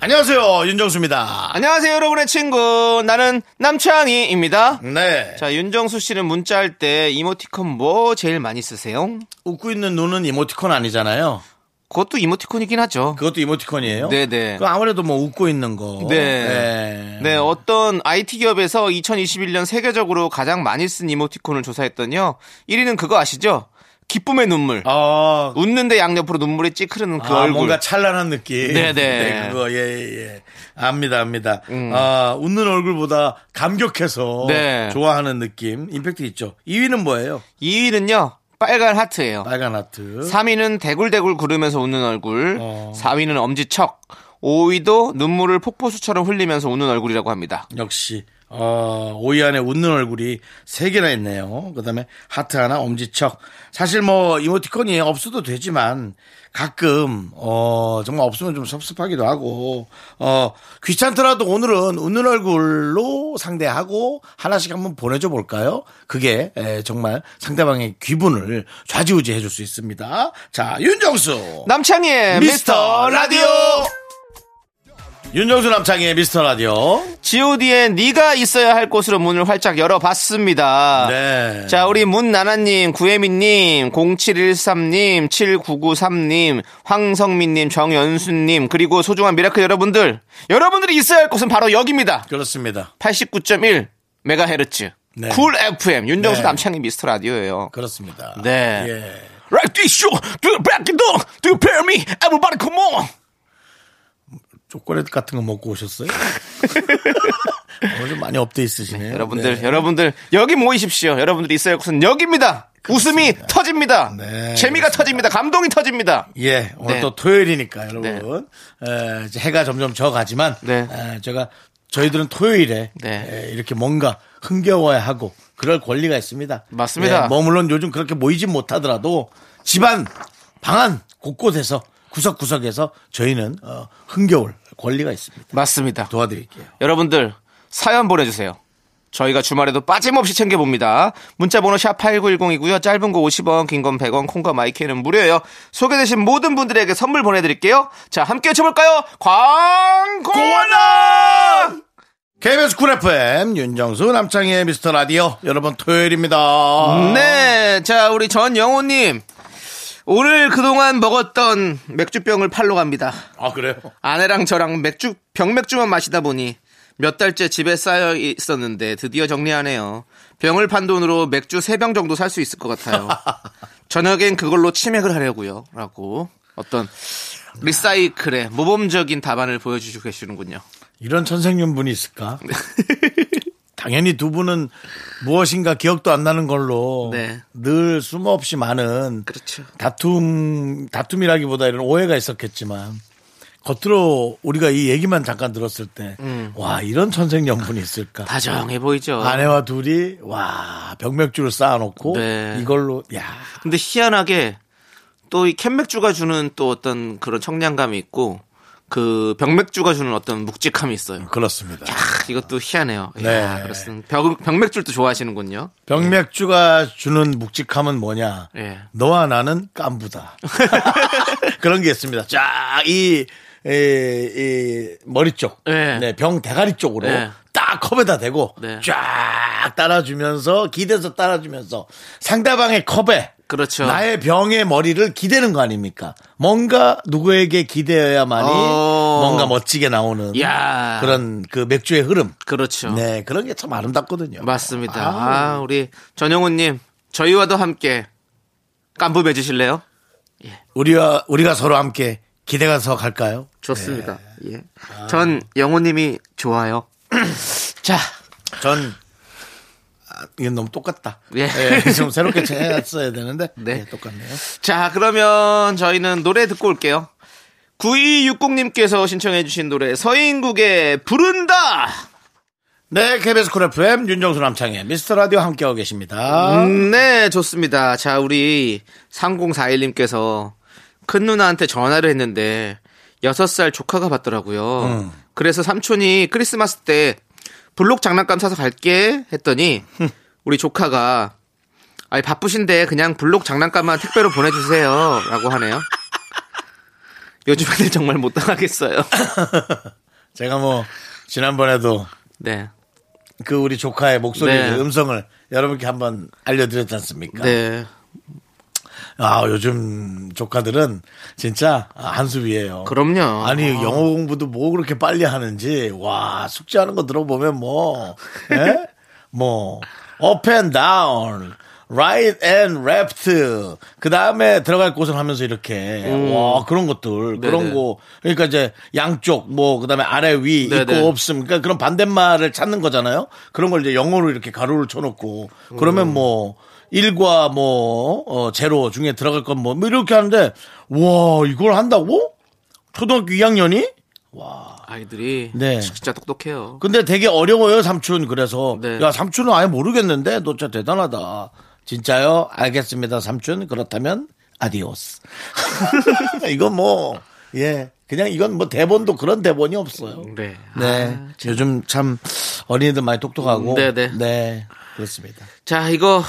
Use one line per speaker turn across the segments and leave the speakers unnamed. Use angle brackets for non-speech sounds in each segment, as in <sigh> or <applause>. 안녕하세요 윤정수입니다.
안녕하세요, 여러분의 친구. 나는 남창희입니다.
네.
자, 윤정수 씨는 문자할 때 이모티콘 뭐 제일 많이 쓰세요?
웃고 있는 눈은 이모티콘 아니잖아요.
그것도 이모티콘이긴 하죠.
그것도 이모티콘이에요.
네네.
그 아무래도 뭐 웃고 있는 거.
네.
네.
네, 어떤 IT 기업에서 2021년 세계적으로 가장 많이 쓴 이모티콘을 조사했더니요. 1위는 그거 아시죠? 기쁨의 눈물.
아,
웃는데 양옆으로 눈물이 찌크르는 그
아,
얼굴.
뭔가 찬란한 느낌.
네네. 음.
그거 예, 예, 예. 압니다, 압니다. 아, 웃는 얼굴보다 감격해서
네.
좋아하는 느낌. 임팩트 있죠. 2위는 뭐예요?
2위는요. 빨간 하트예요.
빨간 하트.
3위는 대굴대굴 구르면서 웃는 얼굴.
어.
4위는 엄지척. 5위도 눈물을 폭포수처럼 흘리면서 웃는 얼굴이라고 합니다.
역시 어, 5위 안에 웃는 얼굴이 3개나 있네요. 그다음에 하트 하나, 엄지척. 사실 뭐 이모티콘이 없어도 되지만 가끔 어, 정말 없으면 좀 섭섭하기도 하고 어, 귀찮더라도 오늘은 웃는 얼굴로 상대하고 하나씩 한번 보내줘 볼까요? 그게 에, 정말 상대방의 기분을 좌지우지 해줄 수 있습니다. 자, 윤정수.
남창희의
네, 미스터 라디오. 윤정수 남창의 미스터 라디오.
god의 네가 있어야 할 곳으로 문을 활짝 열어봤습니다.
네.
자, 우리 문나나님, 구혜민님, 0713님, 7993님, 황성민님, 정연수님, 그리고 소중한 미라클 여러분들, 여러분들이 있어야 할 곳은 바로 여기입니다.
그렇습니다.
89.1 메가헤르츠.
네.
쿨 FM 윤정수
네.
남창희 미스터 라디오예요.
그렇습니다.
네.
예.
Right this show, do you back the door, do you pair me, everybody come on.
초콜릿 같은 거 먹고
<laughs>
오셨어요? 오늘 좀 많이 업돼 있으시네요.
여러분들,
네.
여러분들 여기 모이십시오. 여러분들이 있어야 할 곳은 여기입니다. 웃음이 터집니다.
네,
재미가 터집니다. 감동이 터집니다.
예, 오늘
네.
또 토요일이니까 여러분. 에, 이제 해가 점점 져가지만
네.
에, 제가 저희들은 토요일에
네.
에, 이렇게 뭔가 흥겨워야 하고 그럴 권리가 있습니다.
맞습니다.
예, 뭐 물론 요즘 그렇게 모이진 못하더라도 집안 방안 곳곳에서 구석구석에서 저희는 어, 흥겨울 권리가 있습니다.
맞습니다.
도와드릴게요.
여러분들 사연 보내주세요. 저희가 주말에도 빠짐없이 챙겨봅니다. 문자번호 샵 8910이고요. 짧은 거 50원, 긴 건 100원, 콩과 마이크는 무료예요. 소개되신 모든 분들에게 선물 보내드릴게요. 자, 함께 쳐볼까요? 광고나!
KBS 쿨 FM 윤정수 남창희의 미스터 라디오 여러분 토요일입니다.
네, 자, 우리 전영호님. 오늘 그동안 먹었던 맥주병을 팔러 갑니다.
아 그래요?
아내랑 저랑 맥주 병맥주만 마시다 보니 몇 달째 집에 쌓여 있었는데 드디어 정리하네요. 병을 판 돈으로 맥주 3병 정도 살 수 있을 것 <laughs> 같아요. 저녁엔 그걸로 치맥을 하려고요. 라고 어떤 리사이클의 모범적인 답안을 보여주시고 계시는군요.
이런 천생연분이
<laughs>
있을까? 당연히 두 분은 무엇인가 기억도 안 나는 걸로
네.
늘 수모 없이 많은
그렇죠.
다툼 다툼이라기보다 이런 오해가 있었겠지만 겉으로 우리가 이 얘기만 잠깐 들었을 때 와 이런 천생연분이 있을까?
음. 아, 다정해 보이죠.
아내와 둘이 와 병맥주를 쌓아놓고
네.
이걸로 야
근데 희한하게 또 이 캔맥주가 주는 또 어떤 그런 청량감이 있고 그 병맥주가 주는 어떤 묵직함이 있어요.
그렇습니다.
크, 이것도 희한해요.
네.
야, 그렇습니다. 병, 병맥주를 또 좋아하시는군요.
병맥주가 주는 묵직함은 뭐냐?
예.
너와 나는
<laughs>
깐부다. 그런 게 있습니다. 쫙 이, 이, 이 머리 쪽,
예.
네, 병 대가리 쪽으로
예.
딱 컵에다 대고
네.
쫙 따라주면서 기대서 따라주면서 상대방의 컵에
그렇죠.
나의 병의 머리를 기대는 거 아닙니까? 뭔가 누구에게 기대해야만이
어.
뭔가 멋지게 나오는
야.
그런 그 맥주의 흐름.
그렇죠.
네, 그런 게 참 아름답거든요.
맞습니다.
아우.
아, 우리 전영호님, 저희와도 함께 깐부 맺으실래요?
우리와 우리가 서로 함께 기대가 서 갈까요?
좋습니다. 예. 전 영호님이 좋아요. <clears throat> 자,
네. 전 아, 이건 너무 똑같다.
예.
예, 좀 새롭게 해놨어야 되는데
네.
예, 똑같네요.
자, 그러면 저희는 노래 듣고 올게요. 9260님께서 신청해주신 노래 서인국의 부른다.
네, KBS 쿨 FM 윤정수 남창의 미스터 라디오 함께하고 계십니다.
음, 네, 좋습니다. 자, 우리 3041님께서 큰 누나한테 전화를 했는데 6살 조카가 받더라고요. 그래서 삼촌이 크리스마스 때 블록 장난감 사서 갈게 했더니 우리 조카가 아니 바쁘신데 그냥 블록 장난감만 택배로 보내주세요 라고 하네요. 요즘 애들 정말 못 당하겠어요.
제가 뭐 지난번에도
네.
그 우리 조카의 목소리
네.
그 음성을 여러분께 한번 알려드렸지 않습니까?
네.
아 요즘 조카들은 진짜 한수위에요.
그럼요.
아니
아.
영어 공부도 뭐 그렇게 빨리 하는지 와 숙제하는 거 들어보면 뭐, 예? <laughs> 뭐 up and down, right and left 그 다음에 들어갈 곳을 하면서 이렇게 와 그런 것들 그런
음. 네네.
거 그러니까 이제 양쪽 뭐 그다음에 아래 위
네네.
있고 없음 그러니까 그런 반대말을 찾는 거잖아요. 그런 걸 이제 영어로 이렇게 가로를 쳐놓고 그러면 뭐 1과 뭐 어, 제로 중에 들어갈 건 뭐 이렇게 하는데 와 이걸 한다고? 초등학교 2학년이?
아이들이
네.
진짜 똑똑해요.
근데 되게 어려워요 삼촌 그래서
네.
야 삼촌은 아예 모르겠는데 너 진짜 대단하다 진짜요 알겠습니다 삼촌 그렇다면 아디오스 <laughs> 이건 뭐 예 그냥 이건 뭐 대본도 그런 대본이 없어요
네.
네 요즘 참 어린이들 많이 똑똑하고
음, 네, 네.
네, 그렇습니다
자, 이거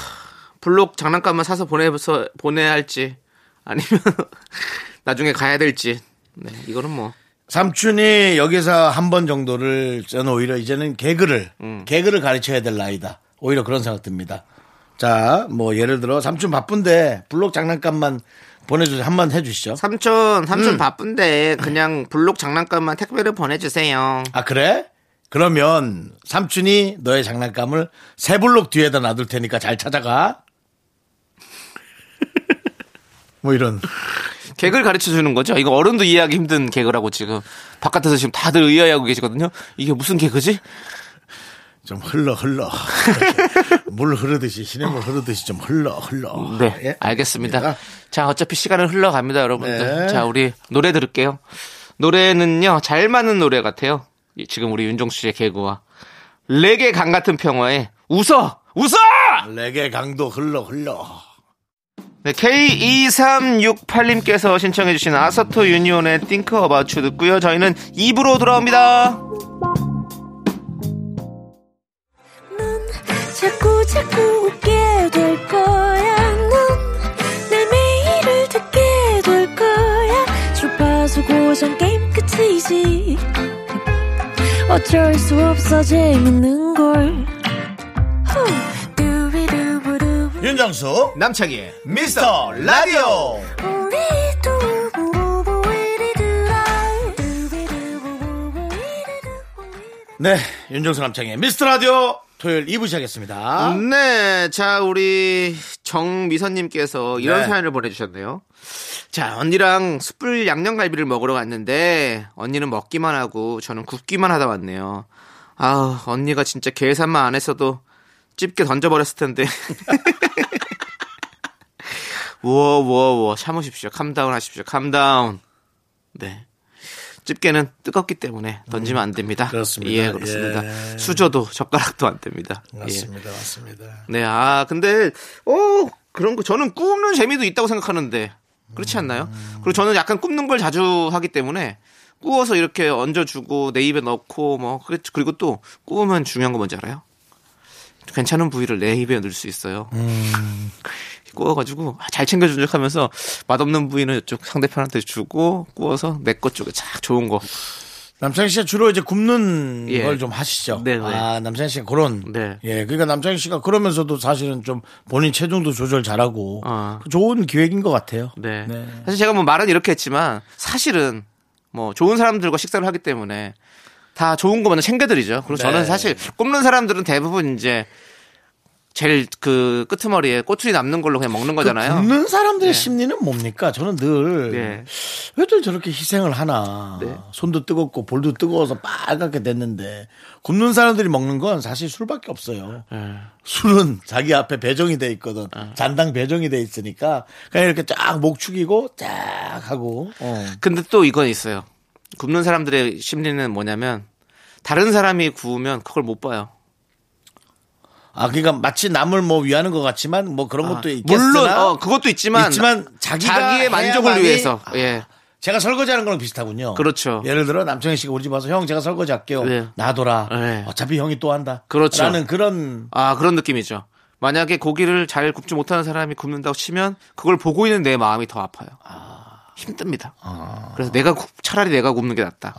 블록 장난감만 사서 보내서 보내야 할지 아니면 <laughs> 나중에 가야 될지. 네, 이거는 뭐
삼촌이 여기서 한 번 정도를 저는 오히려 이제는 개그를
음.
개그를 가르쳐야 될 나이다. 오히려 그런 생각 듭니다. 자, 뭐 예를 들어 삼촌 바쁜데 블록 장난감만 보내주세요. 한 번 해주시죠.
삼촌 삼촌 바쁜데 그냥 블록 장난감만 택배로 보내주세요.
아 그래? 그러면 삼촌이 너의 장난감을 세 블록 뒤에다 놔둘 테니까 잘 찾아가. <laughs> 뭐 이런.
개그를 가르쳐 주는 거죠. 이거 어른도 이해하기 힘든 개그라고 지금 바깥에서 지금 다들 의아해하고 계시거든요. 이게 무슨 개그지?
좀 흘러 흘러 <laughs> 물 흐르듯이 시냇물 흐르듯이 좀 흘러 흘러
네,
예,
알겠습니다. 자, 어차피 시간은 흘러갑니다, 여러분들.
네.
자, 우리 노래 들을게요. 노래는요, 잘 맞는 노래 같아요. 이- 지금 우리 윤종수 씨의 개그와 레게 강 같은 평화에 웃어! 웃어!
레게 강도 흘러 흘러
네, K2368님께서 신청해주신 아서토 유니온의 Think About You 듣고요. 저희는 입으로 돌아옵니다.
자꾸 자꾸 웃게 될 거야. 넌내 매일을 듣게 될 거야. 주파수 고정 게임 끝이지. 어쩔 수 없어 재밌는 걸. 후. 두비두부두.
윤정수
남창희의
미스터 라디오
우리 두부부부 우리 두라. 두비두부부부 우리 두부부.
네 윤정수 남창의 미스터 라디오 토요일 2부 시작했습니다
네, 자 우리 정미선님께서 이런
네.
사연을 보내주셨네요. 자 언니랑 숯불 양념갈비를 먹으러 갔는데 언니는 먹기만 하고 저는 굽기만 하다 왔네요. 아 언니가 진짜 계산만 안 했어도 집게 던져버렸을 텐데. <laughs> 우와 우와 우와 참으십시오. 캄다운 하십시오. 캄다운. 네. 집게는 뜨겁기 때문에 던지면 안 됩니다.
그렇습니다.
예, 그렇습니다.
예.
수저도 젓가락도 안 됩니다. 예.
맞습니다 맞습니다
네, 아, 근데, 어, 그런 거, 저는 굽는 재미도 있다고 생각하는데, 그렇지 않나요? 그리고 저는 약간 굽는 걸 자주 하기 때문에, 구워서 이렇게 얹어주고, 내 입에 넣고, 뭐, 그래- 그리고 또, 구우면 중요한 거 뭔지 알아요? 괜찮은 부위를 내 입에 넣을 수 있어요. 구워가지고, 아, 잘 챙겨준 척 하면서, 맛없는 부위는 이쪽 상대편한테 주고, 구워서 내 것 쪽에 착 좋은 거.
남창희 씨가 주로 이제 굽는
예.
걸 좀 하시죠
네, 네.
아 남창희 씨가 그런
네.
예 그러니까 남창희 씨가 그러면서도 사실은 좀 본인 체중도 조절 잘하고
아.
좋은 기획인 것 같아요
네.
네.
사실 제가 뭐 말은 이렇게 했지만 사실은 뭐 좋은 사람들과 식사를 하기 때문에 다 좋은 거 먼저 챙겨드리죠. 그리고
네.
저는 사실 꼽는 사람들은 대부분 이제 제일 그 끄트머리에 꼬투리 남는 걸로 그냥 먹는 거잖아요.
는 사람들의 심리는 뭡니까? 저는 늘
네.
왜들 저렇게 희생을 하나.
네.
손도 뜨겁고 볼도 뜨거워서 빨갛게 됐는데 굶는 사람들이 먹는 건 사실 술밖에 없어요.
네.
술은 자기 앞에 배정이 돼 있거든.
아.
잔당 배정이 돼 있으니까 그냥 이렇게 쫙 목 축이고 쫙 하고. 어.
근데 또 이건 있어요. 굶는 사람들의 심리는 뭐냐면 다른 사람이 구우면 그걸 못 봐요.
아 그러니까 마치 남을 뭐 위하는 것 같지만 뭐 그런 것도
아,
있겠으나
물론 어, 그것도 있지만,
있지만 자기가
의 만족을
해야만이- 아.
위해서 예.
제가 설거지하는 거랑 비슷하군요.
그렇죠.
예를 들어 남청희 씨가 우리 집 와서 형 제가 설거지할게요.
네.
놔둬라.
네.
어차피 형이 또 한다.
그렇죠.
라는 그런
아 그런 느낌이죠. 만약에 고기를 잘 굽지 못하는 사람이 굽는다고 치면 그걸 보고 있는 내 마음이 더 아파요. 힘듭니다. 그래서 내가 굽- 차라리 내가 굽는 게 낫다.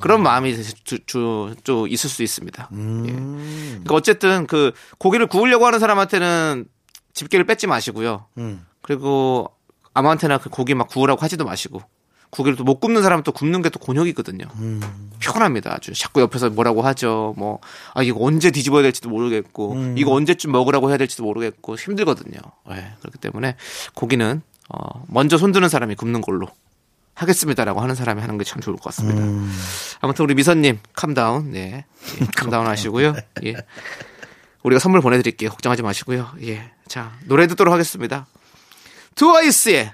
그런 마음이 주, 주, 주 있을 수 있습니다. 예. 그러니까 어쨌든 그 고기를 구우려고 하는 사람한테는 집게를 뺏지 마시고요. 그리고 아무한테나 그 고기 막 구우라고 하지도 마시고 고기를 또 못 굽는 사람은 또 굽는 게 또 곤욕이거든요. 피곤합니다. 아주 자꾸 옆에서 뭐라고 하죠. 뭐 아 이거 언제 뒤집어야 될지도 모르겠고 이거 언제쯤 먹으라고 해야 될지도 모르겠고 힘들거든요. 예. 그렇기 때문에 고기는 어 먼저 손드는 사람이 굽는 걸로 하겠습니다라고 하는 사람이 하는 게 참 좋을 것 같습니다. 아무튼 우리 미선님 캄다운, 네, 예, 캄다운 하시고요. 예, 우리가 선물 보내드릴게요. 걱정하지 마시고요. 예, 자 노래 듣도록 하겠습니다. 트와이스의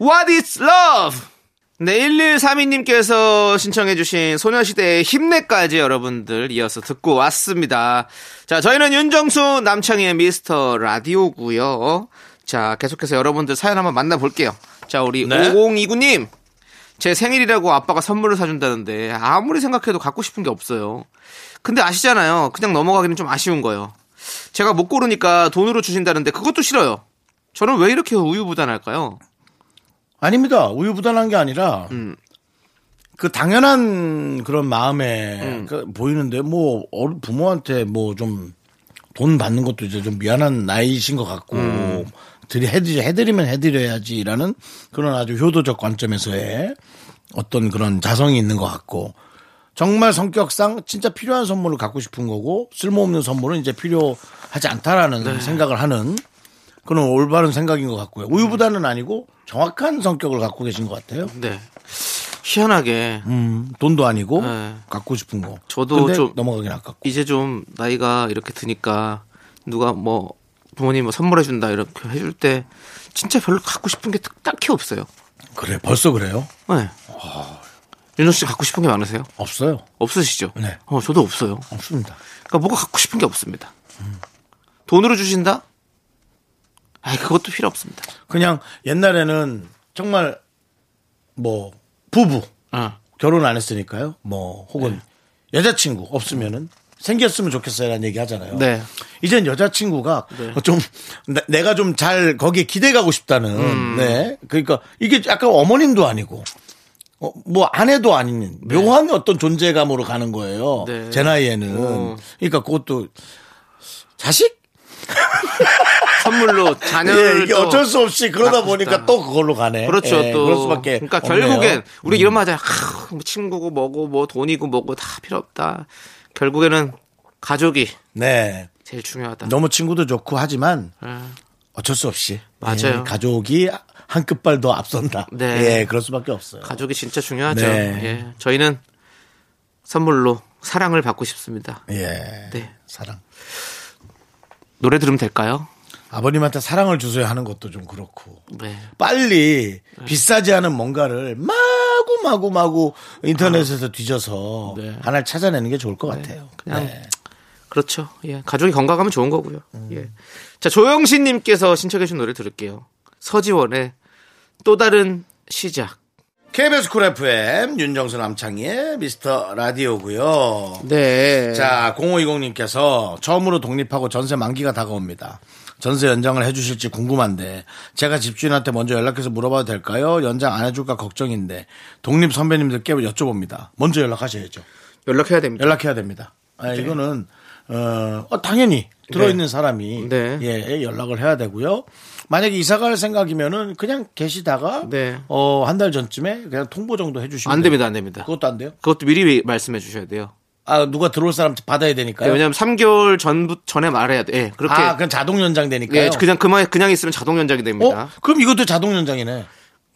What Is Love. 네, 1132님께서 신청해주신 소녀시대의 힘내까지 여러분들 이어서 듣고 왔습니다. 자, 저희는 윤정수 남창희의 미스터 라디오고요 자, 계속해서 여러분들 사연 한번 만나볼게요. 자, 우리 5029님. 제 생일이라고 아빠가 선물을 사준다는데 아무리 생각해도 갖고 싶은 게 없어요. 근데 아시잖아요. 그냥 넘어가기는 좀 아쉬운 거예요. 제가 못 고르니까 돈으로 주신다는데 그것도 싫어요. 저는 왜 이렇게 우유부단할까요?
아닙니다. 우유부단한 게 아니라 그 당연한 그런 마음에 그 보이는데 뭐 어른 부모한테 뭐 좀 돈 받는 것도 이제 좀 미안한 나이신 것 같고 드리 해드리 해드리면 해드려야지라는 그런 아주 효도적 관점에서의 어떤 그런 자성이 있는 것 같고 정말 성격상 진짜 필요한 선물을 갖고 싶은 거고 쓸모없는 선물은 이제 필요하지 않다라는 생각을 하는 그런 올바른 생각인 것 같고요. 우유부단은 아니고 정확한 성격을 갖고 계신 것 같아요.
네. 희한하게
음, 돈도 아니고
네.
갖고 싶은 거.
저도
근데
좀-
넘어가긴 아깝고.
이제 좀 나이가 이렇게 드니까 누가 뭐 부모님 뭐 선물해 준다 이렇게 해줄 때 진짜 별로 갖고 싶은 게 딱- 딱히 없어요.
그래 벌써 그래요?
네.
어.
윤호 씨 갖고 싶은 게 많으세요?
없어요.
없으시죠?
네.
어, 저도 없어요.
없습니다.
그러니까 뭐가 갖고 싶은 게 없습니다.
음.
돈으로 주신다? 아, 그것도 필요 없습니다.
그냥 옛날에는 정말 뭐 부부
어.
결혼 안 했으니까요. 뭐 혹은
네.
여자친구 없으면은 생겼으면 좋겠어요라는 얘기 하잖아요.
네.
이젠 여자친구가 좀 나- 내가 좀 잘 거기에 기대가고 싶다는
음.
네 그러니까 이게 약간 어머님도 아니고 어, 뭐 아내도 아닌 묘한 어떤 존재감으로 가는 거예요.
네.
제 나이에는
어.
그러니까 그것도 자식
선물로
<laughs> 예,
자녀를
이게
또-
어쩔 수 없이 그러다
낳고
보니까
싶다.
또 그걸로 가네.
그렇죠
예,
또
그럴 수밖에.
그러니까
없네요. 음.
결국엔 우리 이런 말하잖아 하, 뭐 친구고 뭐고 뭐 돈이고 뭐고 다 필요 없다 결국에는 가족이
네.
제일 중요하다
너무 친구도 좋고 하지만
아,
어쩔 수 없이
맞아요.
예, 가족이 한 끗발 더 앞선다.
네.
예, 그럴 수밖에 없어요.
가족이 진짜 중요하죠
네.
예 저희는 선물로 사랑을 받고 싶습니다
예.
네
사랑.
노래 들으면 될까요
아버님한테 사랑을 주셔야 하는 것도 좀 그렇고
네
빨리 비싸지 않은 뭔가를 마구 마구 마구 인터넷에서 뒤져서
아. 네.
하나를 찾아내는 게 좋을 것 같아요.
그냥
네.
그렇죠 예 가족이 건강하면 좋은 거고요
음.
예자 조영신 님께서 신청해 주신 노래 들을게요 서지원의 또 다른 시작
KBS 쿨 FM 윤정수 남창희의 미스터 라디오고요.
네
자, 0520님께서 처음으로 독립하고 전세 만기가 다가옵니다. 전세 연장을 해주실지 궁금한데 제가 집주인한테 먼저 연락해서 물어봐도 될까요? 연장 안 해줄까 걱정인데 독립 선배님들께 여쭤봅니다. 먼저 연락하셔야죠.
연락해야 됩니다.
연락해야 됩니다. 아, 이거는 어, 어, 당연히 들어있는 사람이
네. 네.
예, 연락을 해야 되고요. 만약에 이사갈 생각이면은 그냥 계시다가
네.
어, 한 달 전쯤에 그냥 통보 정도 해주시면
안 됩니다, 안 됩니다.
그것도 안 돼요?
그것도 미리 말씀해 주셔야 돼요.
아, 누가 들어올 사람한테 받아야 되니까요.
네, 왜냐면 3개월 전부 전에 말해야 돼. 예, 그렇게
아, 그럼 자동 연장되니까요.
예, 그냥 그만 그냥 있으면 자동 연장이 됩니다.
어? 그럼 이것도 자동 연장이네.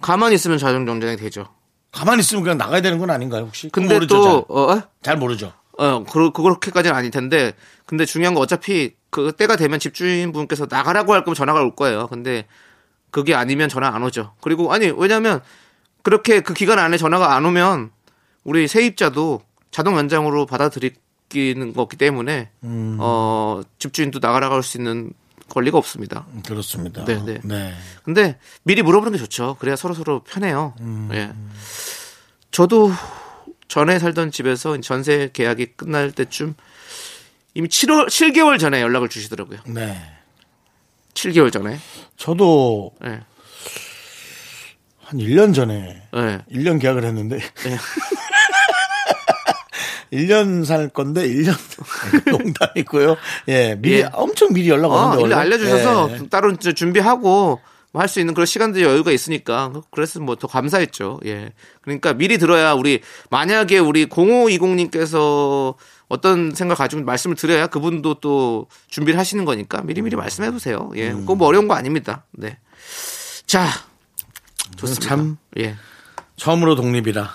가만히 있으면 자동 연장이 되죠.
가만히 있으면 그냥 나가야 되는 건 아닌가요, 혹시? 그건
근데
모르죠,
또 어, 어?
잘. 잘 모르죠.
어, 그, 그렇게까지는 아닐 텐데. 근데 중요한 건 어차피 그 때가 되면 집주인분께서 나가라고 할 거면 전화가 올 거예요. 근데 그게 아니면 전화 안 오죠. 그리고 아니, 왜냐면 그렇게 그 기간 안에 전화가 안 오면 우리 세입자도 자동 연장으로 받아들이는 거기 때문에 어, 집주인도 나가라고 할 수 있는 권리가 없습니다.
음, 그렇습니다.
네, 네. 근데 미리 물어보는 게 좋죠. 그래야 서로서로 편해요. 예. 저도 전에 살던 집에서 전세 계약이 끝날 때쯤 이미 7월 7개월 전에 연락을 주시더라고요.
네.
7개월 전에.
저도
예.
한 1년 전에
예.
1년 계약을 했는데
네.
<laughs> 1년 살 건데 1년 <laughs> 농담이고요. 예, 미리
예.
엄청 미리 연락
어,
오는데
일리
원래
알려주셔서
예.
따로 이제 준비하고 뭐 할 수 있는 그런 시간들이 여유가 있으니까 그래서 뭐 더 감사했죠. 예. 그러니까 미리 들어야 우리 만약에 우리 0520님께서 어떤 생각 가지고 말씀을 드려야 그분도 또 준비를 하시는 거니까 미리미리 말씀해 보세요. 예.
음.
꼭뭐 어려운 거 아닙니다. 네. 자. 좋습니다.
참.
예.
처음으로 독립이라.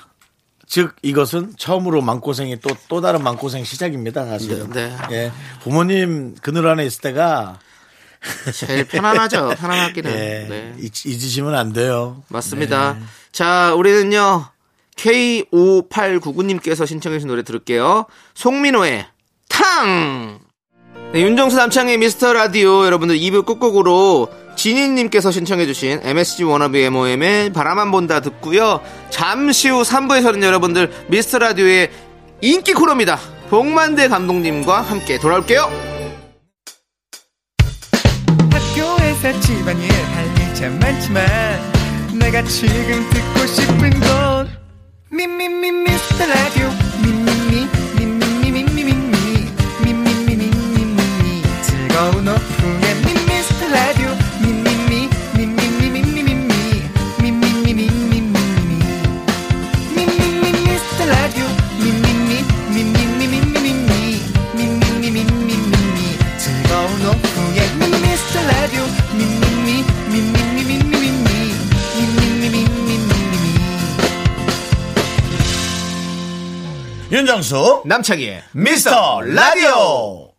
즉 이것은 처음으로 만고생이 또 또 다른 만고생 시작입니다. 사실은.
네, 네.
예, 부모님 그늘 안에 있을 때가
제일 편안하죠. 편안하기는.
예,
네.
잊- 잊으시면 안 돼요.
맞습니다. 자, 우리는요. K5899님께서 신청해 주신 노래 들을게요. 송민호의 탕! 네, 윤정수 남창의 미스터 라디오 여러분들 2부 끝곡으로 진희님께서 신청해 주신 MSG 워너비 MOM의 바라만 본다 듣고요. 잠시 후 3부에서는 여러분들 미스터 라디오의 인기 코너입니다. 복만대 감독님과 함께 돌아올게요.
학교에서 집안일 할 일 참 많지만 내가 지금 듣고 싶은 건 미미미 미스터 라디오 미미미 미미미 미미미 미미미 미미미 즐거운 오후에 미스터 라디오 미미미 미미미 미미미 미미미 미미미 미미미 미스터 라디오 미미미 미미미 미미미 미미미 미미미 즐거운 오후에 미스터 라디오 미미미 미미미 미미미 미미미 미미미
윤정수
남창희의
미스터 라디오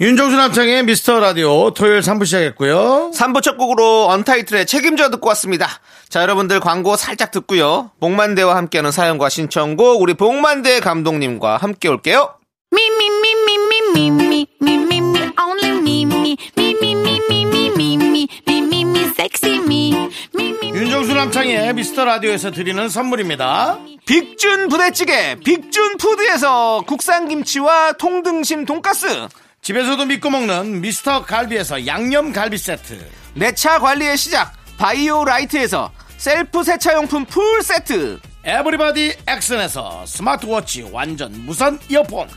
윤정수 남창의 미스터 라디오 토요일 3부 시작했고요.
3부 첫 곡으로 언타이틀의 책임져 듣고 왔습니다. 자, 여러분들 광고 살짝 듣고요. 복만대와 함께하는 사연과 신청곡, 우리 복만대 감독님과 함께 올게요.
Me, me, me, me, me, me, me, me, me, me, only me, me, me, me, me, me, me, me, me, me, me, me, sexy me, me, me, me.
윤정수 남창의 미스터 라디오에서 드리는 선물입니다.
빅준 부대찌개, 빅준 푸드에서 국산 김치와 통등심 돈가스,
집에서도 믿고 먹는 미스터 갈비에서 양념 갈비 세트.
내 차 관리의 시작, 바이오 라이트에서 셀프 세차용품 풀 세트,
에브리바디 액션에서 스마트워치 완전 무선 이어폰.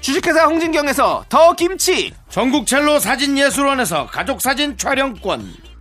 주식회사 홍진경에서 더 김치,
전국 첼로 사진 예술원에서 가족 사진 촬영권.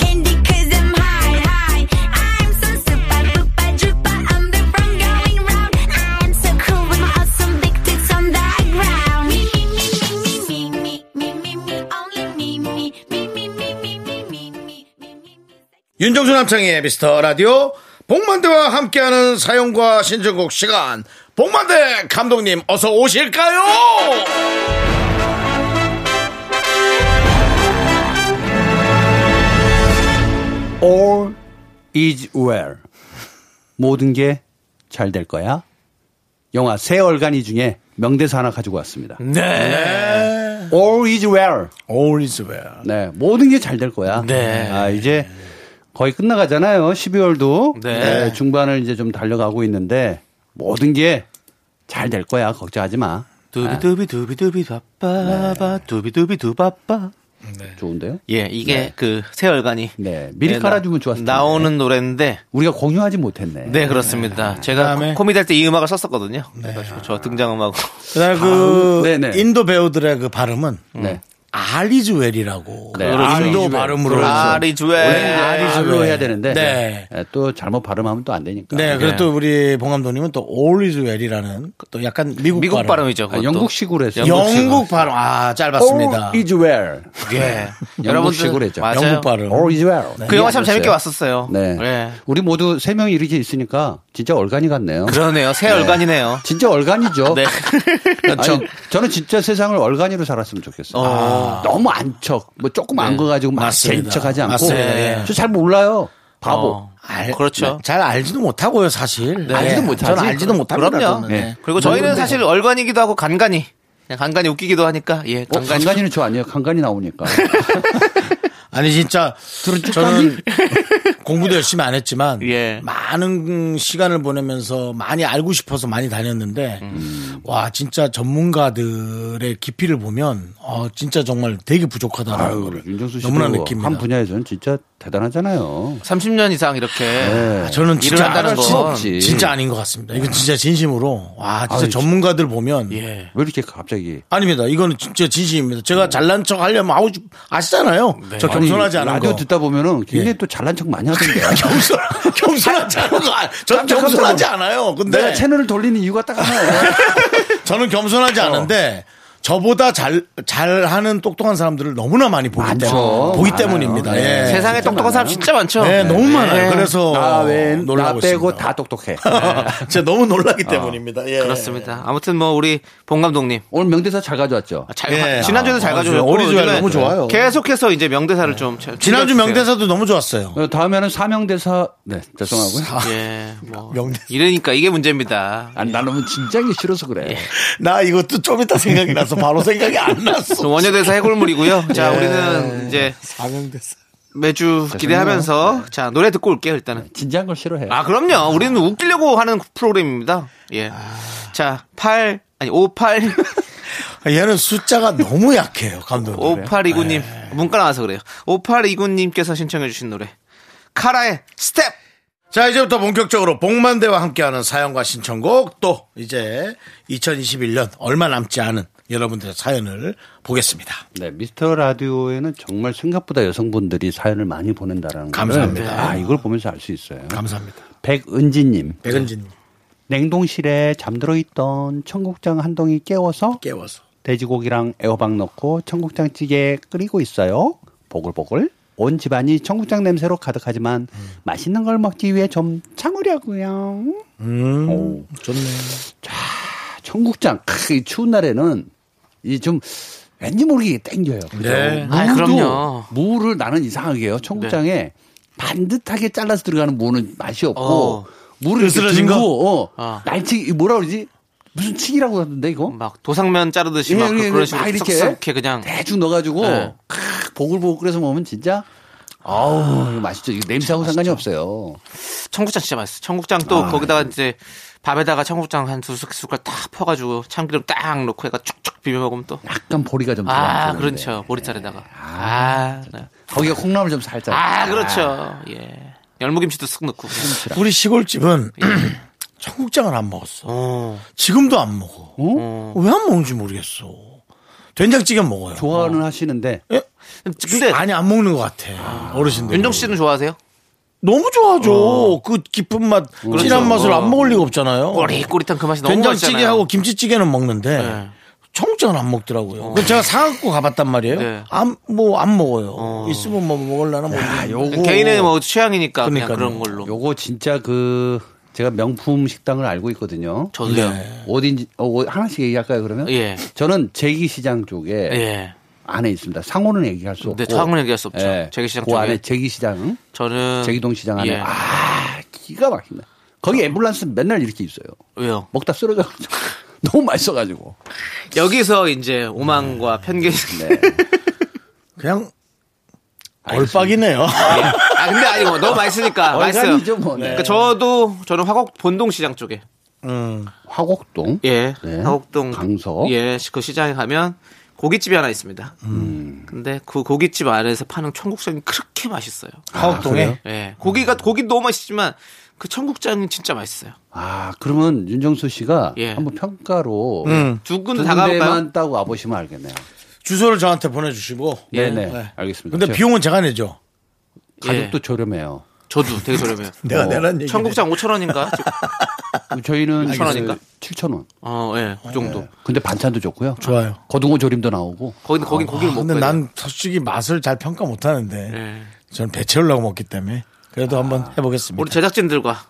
candy 'cause I'm high, high. I'm so super duper duper. I'm the one going round. I'm so cool with my awesome big tits on the ground. Me, me, me, me, me, me, me, me, me, only me, me, me, me, me, me, me, me, me, me, me, me.
윤정수 남창희의 미스터 라디오 복만대와 함께하는 사연과 신청곡 시간 복만대 감독님 어서 오실까요?
All is well. 모든 게 잘 될 거야. 영화 세월간이 중에 명대사 하나 가지고 왔습니다.
네.
All is well.
All is well.
네, 모든 게 잘 될 거야.
네.
아, 이제 거의 끝나가잖아요. 12월도
네.
중반을 이제 좀 달려가고 있는데 모든 게 잘 될 거야. 걱정하지 마.
두비두비두비두비 바빠바 두비두비두바빠
좋은데요?
예, 이게 그 세월간이
네, 미리 깔아주면 좋았을 텐데.
나오는 노래인데
우리가 공유하지 못했네.
네 그렇습니다. 제가
그다음에-
코미디 할 때 이 음악을 썼었거든요. 그래가지고 저 등장음악
그다음 그
아, 네네.
인도 배우들의 그 발음은
네.
아리즈웰이라고
네.
알도
아리즈웰.
그렇죠.
발음으로
원래
아리주에
R로 해야 되는데
네.
네, 또 잘못 발음하면 또 안 되니까. 아,
네, 그리고 또 우리 봉 감독님은 또 올리즈웰이라는 또 약간 미국,
미국 발음이죠.
아,
그것도.
영국식으로 했어요.
영국 발음 아 짧았습니다.
All is well.
예.
영국식으로 했죠.
맞아요.
영국 발음.
All is well.
그 영화 참
네,
재밌게 왔었어요.
네.
예.
우리 모두 세 명이 이렇게 있으니까 진짜 얼간이 같네요.
그러네요. 새 얼간이네요.
진짜
<laughs>
얼간이죠.
네.
그렇죠.
아니, 저는 진짜 세상을 얼간이로 살았으면 좋겠어요. 너무 안척, 뭐 조금 안 거 가지고 막
네. 맞습니다.
젠척하지 않고.
맞습니다. 예.
저 잘 몰라요. 바보.
어. 그렇죠.
네, 잘 알지도 못하고요, 사실.
알지도 못하지.
저는 알지도 못합니다.
그럼요.
저는.
네.
그리고 저희는 사실 얼간이기도 하고 간간이. 그냥 간간이 웃기기도 하니까. 예.
어,
간간이.
간간이는 저 아니에요. 간간이
<laughs>
나오니까.
아니 진짜 저는 공부도 열심히 안 했지만
예.
많은 시간을 보내면서 많이 알고 싶어서 많이 다녔는데
음.
와 진짜 전문가들의 깊이를 보면 어 진짜 정말 되게 부족하다는
아유,
걸
윤정수 씨.
너무나 느낍니다.
한 분야에서는 진짜 대단하잖아요.
30년 이상 이렇게.
네.
아, 저는
일을
진짜
한다는
알-
건
없지.
진짜 아닌 것 같습니다. 이건 진짜 진심으로 와 진짜
음. 아유,
전문가들 보면
예.
왜 이렇게 갑자기.
아닙니다. 이거는 진짜 진심입니다. 제가 잘난 척 하려면 아우 아시잖아요. 저 겸손하지
네. 아니,
않은
라디오
거.
듣다 보면은 굉장히
예.
또 잘난 척 많이 하던데. <laughs>
겸손 겸손하지 않은 거. 알- 저는
깜짝 깜짝
겸손하지 않아요. 근데
내가 채널을 돌리는 이유가 딱 하나예요.
저는 겸손하지
어.
않은데 저보다 잘 잘하는 똑똑한 사람들을 너무나 많이 보기
많죠.
때문 보기
많아요.
때문입니다.
네.
예.
세상에
진짜
똑똑한 사람
많아요.
진짜 많죠.
네, 너무 많아요.
예.
그래서
나 외엔 나
어, 놀라고
빼고
있습니다. 네.
다 아, 똑똑해.
<laughs> 제가 너무 놀라기 때문입니다. 예.
그렇습니다. 아무튼 뭐 우리 봉 감독님.
오늘 명대사 잘 가져왔죠.
잘
예.
가- 지난주에도 잘
아,
가져오셨고
어리지널
요즘에
너무 좋아요. 예.
계속해서 이제 명대사를 좀 잘-
지난주
챙겨주세요.
명대사도 너무 좋았어요.
어, 다음에는 사명대사 네 죄송하고요.
예. 뭐
명대사. <laughs>
이러니까 이게 문제입니다.
아, 나는 뭐 진작이 싫어서
예.
그래.
나 이것도 좀 이따 생각이 나서 바로 생각이 안
<laughs>
났어.
원효대사 해골물이고요. 자, 우리는 이제
예. 사명대사.
매주 기대하면서 자, 노래 듣고 올게요, 일단은.
진지한 걸 싫어해.
아, 그럼요. 우리는 웃기려고 하는 프로그램입니다. 예.
아.
자, 8
<laughs>
아니 58
얘는 숫자가 너무 약해요, 네. 감독님.
5829 님. 문과 나와서 그래요. 5829 님께서 신청해 주신 노래. 카라의 스텝.
자, 이제부터 본격적으로 복만대와 함께하는 사연과 신청곡 또 이제 2021년 얼마 남지 않은 여러분들의 사연을 보겠습니다.
네 미스터 라디오에는 정말 생각보다 여성분들이 사연을 많이 보낸다라는 걸
감사합니다.
아 이걸 보면서 알 수 있어요.
감사합니다.
백은지님
백은진
냉동실에 잠들어 있던 청국장 한 덩이 깨워서
깨워서.
돼지고기랑 애호박 넣고 청국장찌개 끓이고 있어요. 보글보글. 온 집안이 청국장 냄새로 가득하지만 맛있는 걸 먹기 위해 좀 참으려고요. 오.
음, 좋네.
청국장 크, 이 추운 날에는 이 좀 왠지 모르게 땡겨요. 그죠?
네.
아이,
무도
그럼요.
무를 나는 이상하게요. 청국장에 반듯하게 잘라서 들어가는 무는 맛이 없고
어.
무를 이렇게
으스러진 거?
들고 어,
아.
날치 이 뭐라 그러지? 무슨 칡이라고 하던데 이거?
막 도상면 자르듯이 막
예, 예,
그런
예,
아,
식으로
막
이렇게 쓱쓱해 그냥
대충 넣어가지고
네.
크, 보글보글 끓여서 먹으면 진짜 아우 이거 맛있죠. 이거 냄새하고 상관이 없어요.
청국장 진짜 맛있어. 청국장 또 거기다가 이제 밥에다가 청국장 한 두 숟갈 딱 퍼가지고 참기름 딱 넣고 해가 쭉쭉 비벼 먹으면 또.
약간 보리가 좀
아,
들어가면 되는데.
그렇죠. 보리살에다가. 아, 네.
거기에 콩나물 좀 살짝.
아, 그렇죠. 예. 열무김치도 쓱 넣고.
우리 시골집은 <clears throat> 청국장을 안 먹었어. 지금도 안 먹어. 왜 안 먹는지 모르겠어. 된장찌개 먹어요.
좋아는 하시는데
근데
아니 안 먹는 것 같아. 어르신들.
윤정 씨는 좋아하세요?
너무 좋아하죠. 그 깊은 맛, 진한 맛을 안 먹을 리가 없잖아요.
꼬릿꼬릿한 그 맛이 너무 맛있잖아요.
어. 된장찌개하고 김치찌개는 먹는데
네. 어.
청국장은 안 먹더라고요. 그래서 제가 사갖고 가봤단 말이에요.
네.
안 뭐 안 먹어요. 있으면 뭐 먹을라나 모르겠는데.
요거
개인의 뭐 취향이니까 그냥
그러니까요.
그런 걸로.
요거 진짜 그 제가 명품 식당을 알고 있거든요.
저도요.
어딘지 어, 어, 하나씩 얘기할까요 그러면?
예.
저는 제기시장 쪽에
예.
안에 있습니다. 상호는 얘기할 수 없고.
네, 상호는 얘기할 수 없죠. 제기시장
그
쪽에.
안에 제기시장
저는
제기동 시장 안에
예.
아 기가 막힌다. 거기 앰뷸런스 맨날 이렇게 있어요.
왜요?
먹다 쓰러져가지고 <laughs> 너무 맛있어가지고.
여기서 이제 오만과 편견이
그냥
<laughs>
얼빡이네요.
<laughs> 아 근데 아니 뭐 너무
<laughs>
맛있으니까 맛있어요.
얼간이죠 뭐. 네.
그러니까 저도 저는 화곡 본동시장 쪽에
음.
화곡동.
예
네.
화곡동
강서.
예그 시장에 가면 고깃집이 하나 있습니다.
음.
근데 그 고깃집 안에서 파는 청국장이 그렇게 맛있어요.
화곡동에
그래요?
예.
음.
고기가 고기 너무 맛있지만 그 청국장은 진짜 맛있어요.
아, 그러면 윤정수 씨가
예.
한번 평가로
음.
두
두
군데 다 가볼까요?
군데만 따고 와보시면 알겠네요.
주소를 저한테 보내주시고.
예.
네네.
네.
알겠습니다.
그렇죠.
근데 비용은 제가 내죠.
가격도
예.
저렴해요.
저도 되게 저렴해요.
<laughs>
내가
어,
내란 얘기.
청국장 5천 원인가? <laughs>
저희는
6,000원 인가?
7,000원.
어, 예,
네.
그 정도.
근데 반찬도 좋고요.
좋아요.
거둥어 조림도 나오고.
거긴 거긴 고기를
아,
먹고.
근데 난 솔직히 맛을 잘 평가 못 하는데.
예.
저는 배 채우려고 먹기 때문에. 그래도 한번 해보겠습니다.
아, 우리 제작진들과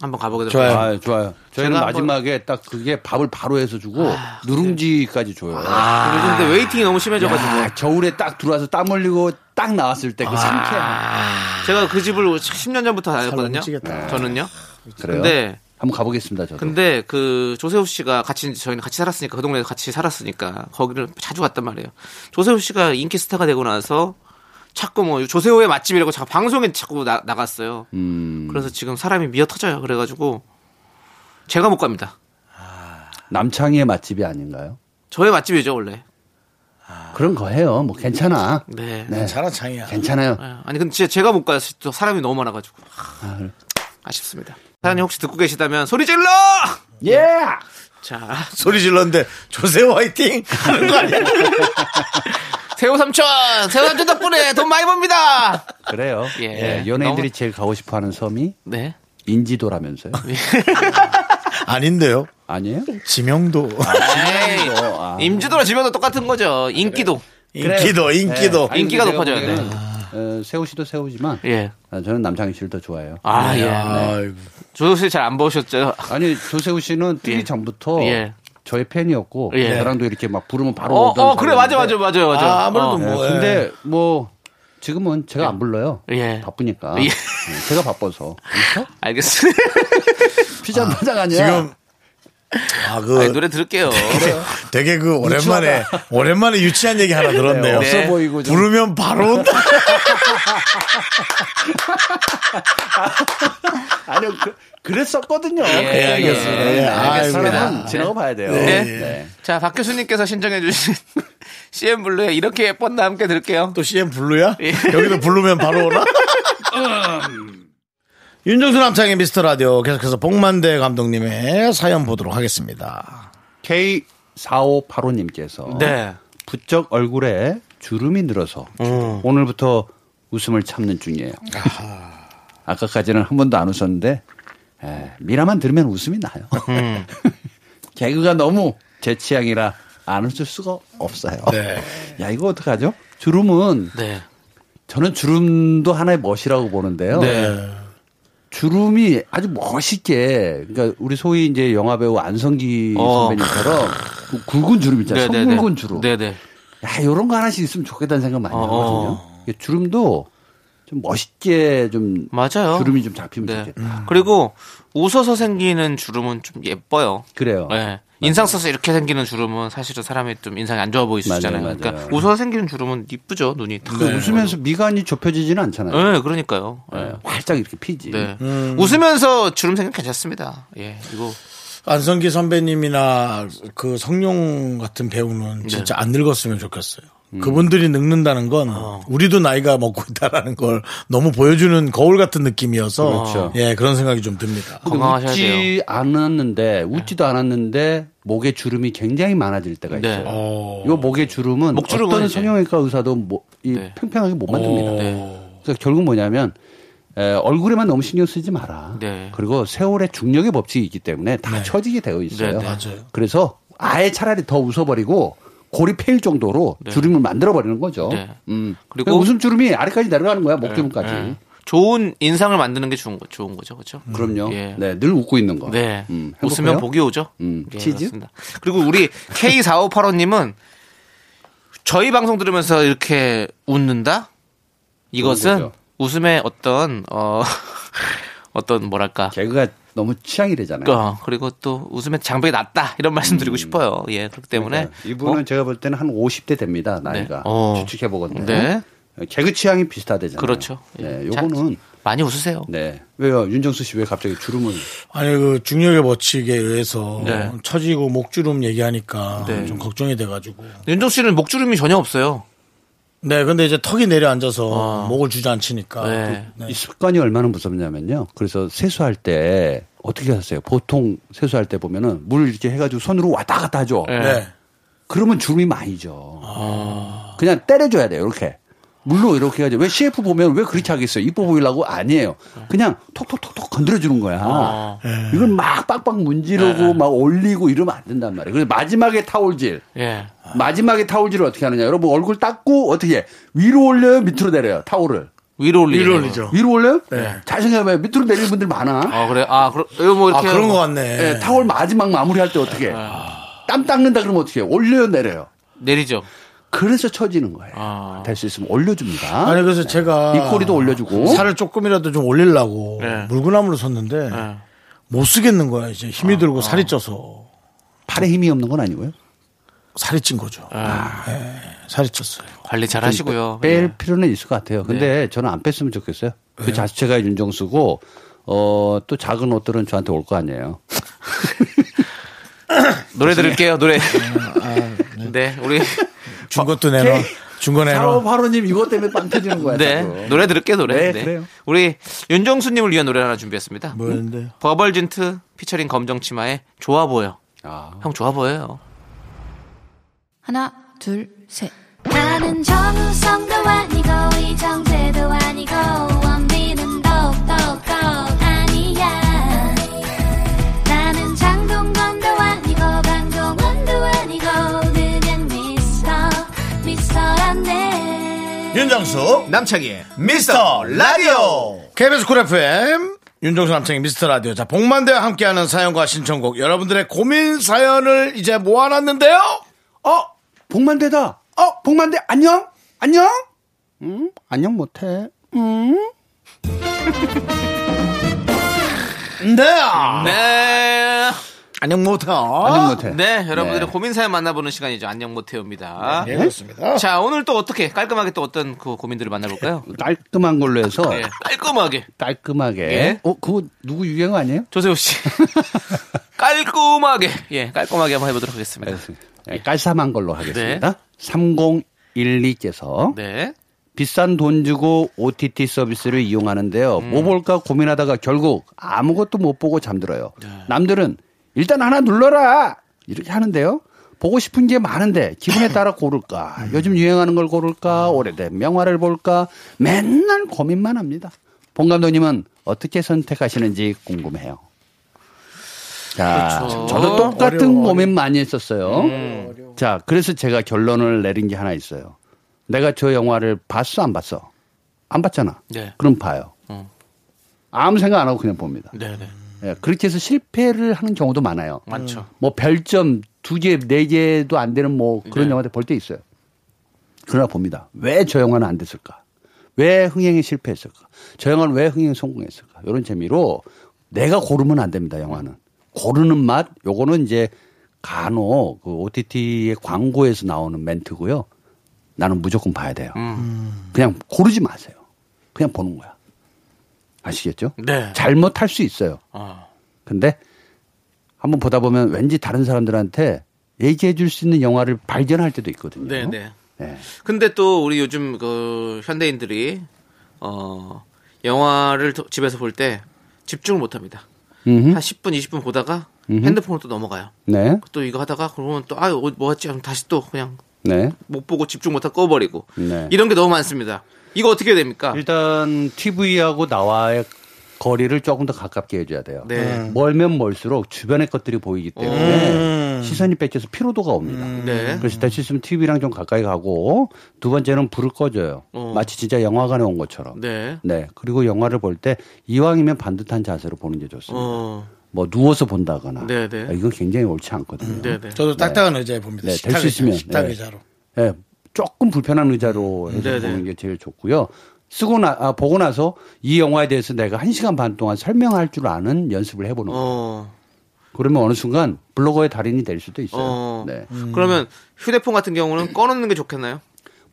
한번 가보게
좋아요.
될까요?
아, 좋아요. 저희는
제가 한번-
마지막에 딱 그게 밥을 바로 해서 주고 누룽지까지 줘요.
아, 근데 웨이팅이 너무 심해져가지고. 아,
아, 겨울에 딱 들어와서 땀 흘리고 딱 나왔을 때 그 상쾌함.
제가 그 집을 10년 전부터 다녔거든요.
움직였다.
저는요.
네. 그래요.
근데
한번 가보겠습니다, 저도.
근데 그 조세호 씨가 같이 저희는 같이 살았으니까 그 동네에서 같이 살았으니까 거기를 자주 갔단 말이에요. 조세호 씨가 인기 스타가 되고 나서 자꾸 뭐 조세호의 맛집이라고 자꾸 방송에 자꾸 나, 나갔어요.
음.
그래서 지금 사람이 미어 터져요. 그래가지고 제가 못 갑니다.
남창희의 맛집이 아닌가요?
저의 맛집이죠 원래.
그런 거 해요. 뭐 괜찮아.
네.
네.
자라 창이야.
괜찮아요.
예, 아니 근데 진짜 제가 못 가요. 또 사람이 너무 많아가지고 아쉽습니다. 사장님 혹시 듣고 계시다면 소리 질러!
예!
자
소리 질렀는데 조세호 화이팅 하는 거 아니야?
새우 삼촌, 새우 삼촌 덕분에 돈 많이 법니다.
그래요.
예.
예,
너무-
연예인들이 제일 가고 싶어 하는 섬이
네.
인지도라면서요.
<laughs>
예.
아닌데요.
아니에요?
지명도.
네. 에이,
아.
임주도랑 지면도 똑같은 거죠. 인기도.
인기도 인기도.
아니,
예. 인기가
근데 제가
높아져야 돼.
보기에는, 어, 세호 씨도 세호지만
예.
아, 저는 남창희 씨를 더 좋아해요.
아, 예.
아이고.
조세호 씨 잘 안 보셨죠?
아니 조세호 씨는 뜨기
예.
전부터
예.
저의 팬이었고
예.
저랑도 이렇게 막 부르면 바로
어,
오던
어, 그래, 맞아, 맞아,
사람인데,
맞아, 맞아.
아, 아무래도
어.
뭐.
예, 근데 뭐 지금은 제가 안 불러요.
예.
바쁘니까.
예.
예, 제가 바빠서. 그렇죠?
알겠습니다.
피자 포장 아니야.
예.
어,
지금 아그
아니, 노래 들을게요.
되게 그 오랜만에 오랜만에 유치한 얘기 하나 들었네요.
네.
없어 보이고 좀
부르면 바로 온다.
아니요 그, 그랬었거든요.
예, 알겠습니다.
예, 알겠습니다.
사람은 지나고 봐야 돼요.
네.
네.
자, 박 교수님께서 신청해주신 <laughs> CM 블루의 이렇게 뻔나 함께 들을게요.
또 CM <laughs> 블루야?
예.
여기도 블루면 바로 오나? <laughs> 윤정수 남창의 미스터 라디오 계속해서 복만대 감독님의 사연 보도록 하겠습니다.
K4585님께서
네.
부쩍 얼굴에 주름이 늘어서 오늘부터 웃음을 참는 중이에요. 아까까지는 한 번도 안 웃었는데 에, 미라만 들으면 웃음이 나요. <laughs> 개그가 너무 제 취향이라 안 웃을 수가 없어요.
네.
야 이거 어떡하죠? 주름은
네.
저는 주름도 하나의 멋이라고 보는데요.
네.
주름이 아주 멋있게 그러니까 우리 소위 이제 영화 배우 안성기
어.
선배님처럼 그 굵은 주름 있잖아요.
네네네.
성굵은 주름.
네네.
야, 요런 거 하나씩 있으면 좋겠다는 생각
어,
많이 하거든요. 이게 주름도 좀 멋있게 좀
맞아요.
주름이 좀 잡히면
네.
좋겠다.
그리고 웃어서 생기는 주름은 좀 예뻐요.
그래요.
네. 인상 써서 이렇게 생기는 주름은 사실은 사람이 좀 인상이 안 좋아 보일 수
맞아요,
있잖아요.
맞아요.
그러니까 웃어서 생기는 주름은 이쁘죠, 눈이. 탁.
그 웃으면서 미간이 좁혀지지는 않잖아요.
네, 그러니까요. 네.
네, 활짝 이렇게 피지.
네.
음.
웃으면서 주름 생긴 괜찮습니다. 예, 이거.
안성기 선배님이나 그 성룡 같은 배우는 진짜 안 늙었으면 좋겠어요. 그분들이 늙는다는 건 우리도 나이가 먹고 있다라는 걸 너무 보여주는 거울 같은 느낌이어서
그렇죠.
예 그런 생각이 좀 듭니다.
근데
건강하셔야
웃지
돼요.
않았는데 웃지도 않았는데 목에 주름이 굉장히 많아질 때가
네.
있어요. 요 목의 주름은
목주름은
어떤
이제.
성형외과 의사도 뭐, 이
네.
평평하게 못 만듭니다.
네.
그래서 결국 뭐냐면 에, 얼굴에만 너무 신경 쓰지 마라.
네.
그리고 세월의 중력의 법칙이 있기 때문에 다 처지게 되어 있어요.
네, 네.
맞아요.
그래서 아예 차라리 더 웃어버리고 골이 패일 정도로 주름을 만들어버리는 거죠.
네.
음.
그리고-
그리고 웃음 주름이 아래까지 내려가는 거야 목주름까지.
예. 좋은 인상을 만드는 게 좋은 거, 좋은 거죠, 그렇죠?
그럼요.
예.
네, 늘 웃고 있는 거.
네.
음, 행복해요?
웃으면 복이 오죠.
음,
예,
치즈?
그렇습니다. 그리고 우리 K4585님은 저희 방송 들으면서 이렇게 웃는다? 이것은
거죠.
웃음의 어떤, 어, <laughs> 어떤 뭐랄까.
개그가 너무 취향이래잖아요.
어, 그리고 또 웃음의 장벽이 낮다. 이런 말씀 드리고 싶어요. 예, 그렇기 때문에.
음.
뭐
그러니까요. 네. 이분은 제가 볼 때는 한 50대 됩니다 나이가
네. 어.
추측해 보거든요.
네.
개그 취향이 비슷하대잖아요.
그렇죠. 예.
네, 요거는
많이 웃으세요.
네. 왜요? 윤정수 씨 왜 갑자기 주름을.
아니 그 중력의 법칙에 의해서
네.
처지고 목주름 얘기하니까
네.
좀 걱정이 돼가지고.
윤종 씨는 목주름이 전혀 없어요.
네, 근데 이제 턱이 내려앉아서 목을 주저앉히니까.
네.
네.
이 습관이 얼마나 무섭냐면요. 그래서 세수할 때 어떻게 하세요? 보통 세수할 때 보면은 물 이렇게 해가지고 손으로 왔다 갔다 하죠.
네.
네.
그러면 주름이 많이 져. 그냥 때려줘야 돼요. 이렇게. 물로 이렇게 해야지. 왜 CF 보면 왜 그렇게 하겠어요? 이뻐 보이려고? 아니에요. 그냥 톡톡톡톡 건드려주는 거야. 이걸 막 빡빡 문지르고 막 올리고 이러면 안 된단 말이에요. 그래서 마지막에 타올질.
예.
마지막에 타올질을 어떻게 하느냐. 여러분 얼굴 닦고 어떻게 해? 위로 올려요? 밑으로 내려요? 타올을.
위로 올리죠.
위로 올리죠.
위로 올려요? 잘 생각해봐요. 밑으로 내리는 분들 많아.
아, 그래. 아, 그럼 이거 뭐
아,
이렇게
그런
하고.
것 같네.
예, 타올 마지막 마무리할 때 어떻게 해? 땀 닦는다 그러면 어떻게 해요? 올려요? 내려요?
내리죠.
그래서 처지는 거예요.
아.
될 수 있으면 올려줍니다.
아니 그래서 제가
어? 네. 입꼬리도 올려주고.
살을 조금이라도 좀 올리려고
네.
물구나무를 섰는데
네. 아,
못 쓰겠는 거야 이제 힘이 들고 살이 쪄서
팔에 힘이 없는 건 아니고요.
살이 찐 거죠. 네, 살이 쪘어요.
관리
네.
잘 하시고요.
뺄
예.
필요는 있을 것 같아요. 근데
네.
저는 안 뺐으면 좋겠어요. 그 자체가 윤정수고 어, 또 작은 옷들은 저한테 올 거 아니에요.
노래 들을게요, 노래.
아,
네, 우리.
준 것도 내놔. 준거 내놔.
어, 사업하로님 이것 때문에 빵 터지는 거야.
네,
자꾸.
노래 들을게요, 노래.
네, 그래요.
우리 윤정수님을 위한 노래 하나 준비했습니다.
뭐였는데요?
버벌진트 피처링 검정치마의 좋아 보여.
아,
형 좋아 보여요.
하나, 둘, 셋.
나는 정우성도 아니고 이정재도 아니고 원빈은 더욱더 아니야 나는 장동건도 아니고 강동원도 아니고 그냥 미스터 미스터란데
어?
윤정수
남창희의
미스터 라디오 KBS 쿨 FM 윤정수 남창의 미스터 라디오 자 복만대와 함께하는 사연과 신청곡 여러분들의 고민 사연을 이제 모아놨는데요
어, 복만대다. 어, 복만대 안녕, 안녕. 음, 안녕 못해.
네
아.
네.
안녕 못해
안녕 못해.
네, 여러분들의 고민 사연 만나보는 시간이죠. 안녕 모태입니다.
예 그렇습니다
자, 오늘 또 어떻게 깔끔하게 또 어떤 그 고민들을 만나볼까요?
깔끔한 걸로 해서
네, 깔끔하게
깔끔하게.
예.
어, 그거 누구 유행 아니에요?
<laughs>
조세호 씨 깔끔하게 예, 깔끔하게 한번 해보도록 하겠습니다.
알겠습니다. 네, 깔쌈한 걸로 하겠습니다. 3012께서
네,
비싼 돈 주고 OTT 서비스를 이용하는데요. 뭐 볼까 고민하다가 결국 아무것도 못 보고 잠들어요. 남들은 일단 하나 눌러라! 이렇게 하는데요. 보고 싶은 게 많은데 기분에 따라 고를까? 요즘 유행하는 걸 고를까? 오래된 명화를 볼까? 맨날 고민만 합니다. 본 감독님은 어떻게 선택하시는지 궁금해요. 자, 저도 똑같은 고민 많이 했었어요. 자, 그래서 제가 결론을 내린 게 하나 있어요. 내가 저 영화를 봤어, 안 봤어? 안 봤잖아.
네.
그럼 봐요. 아무 생각 안 하고 그냥 봅니다.
네, 네,
예, 그렇게 해서 실패를 하는 경우도 많아요.
많죠.
뭐 별점 두 개, 네 개도 안 되는 뭐 그런
네.
영화들 볼 때 있어요. 그러나 봅니다. 왜 저 영화는 안 됐을까? 왜 흥행에 실패했을까? 저 영화는 왜 흥행에 성공했을까? 이런 재미로 내가 고르면 안 됩니다. 영화는 고르는 맛 요거는 이제 간혹 그 OTT의 광고에서 나오는 멘트고요. 나는 무조건 봐야 돼요.
음.
그냥 고르지 마세요. 그냥 보는 거야. 아시겠죠?
네.
잘못할 수 있어요.
어.
근데 한번 보다 보면 왠지 다른 사람들한테 얘기해 줄 수 있는 영화를 발견할 때도 있거든요.
네, 네.
예.
근데 또 우리 요즘 그 현대인들이 어 영화를 도- 집에서 볼 때 집중을 못 합니다.
음?
한 10분, 20분 보다가 핸드폰으로 또 넘어가요.
네.
또 이거 하다가 그러면 또 아, 어, 뭐였지? 하면 다시 또 그냥
네.
못 보고 집중 못 하고 꺼버리고
네.
이런 게 너무 많습니다. 이거 어떻게 해야 됩니까?
일단 TV하고 나와의 거리를 조금 더 가깝게 해줘야 돼요.
네.
멀면 멀수록 주변의 것들이 보이기 때문에 시선이 뺏겨서 피로도가 옵니다.
음. 네.
그래서 다시 있으면 TV랑 좀 가까이 가고 두 번째는 불을 꺼줘요.
어.
마치 진짜 영화관에 온 것처럼.
네.
네. 그리고 영화를 볼 때 이왕이면 반듯한 자세로 보는 게 좋습니다.
어.
뭐 누워서 본다거나
네, 네.
아, 이건 굉장히 옳지 않거든요.
네, 네.
저도 딱딱한 의자에 봅니다
네,
식탁
될수
의자,
있으면,
식탁
네.
의자로
예, 조금 불편한 의자로 해서
네, 네.
보는 게 제일 좋고요. 쓰고 나 아, 보고 나서 이 영화에 대해서 내가 한 시간 반 동안 설명할 줄 아는 연습을 해보는 거. 예요
어.
그러면 어느 순간 블로거의 달인이 될 수도 있어요.
어.
네.
그러면 휴대폰 같은 경우는 꺼놓는 게 좋겠나요?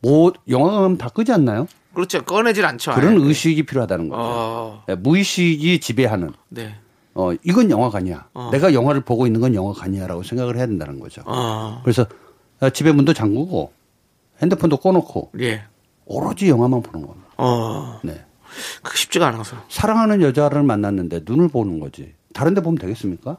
뭐 영화관 가면 다 끄지 않나요?
그렇죠. 꺼내질 않죠. 아예.
그런 의식이 필요하다는 거예요.
어,
예, 무의식이 지배하는.
네.
어, 이건 영화관이야. 내가 영화를 보고 있는 건 영화관이야라고 생각을 해야 된다는 거죠.
어,
그래서 어, 집에 문도 잠그고 핸드폰도 꺼놓고
예.
오로지 영화만 보는 겁니다.
어,
네.
그 쉽지가 않아서.
사랑하는 여자를 만났는데 눈을 보는 거지. 다른 데 보면 되겠습니까?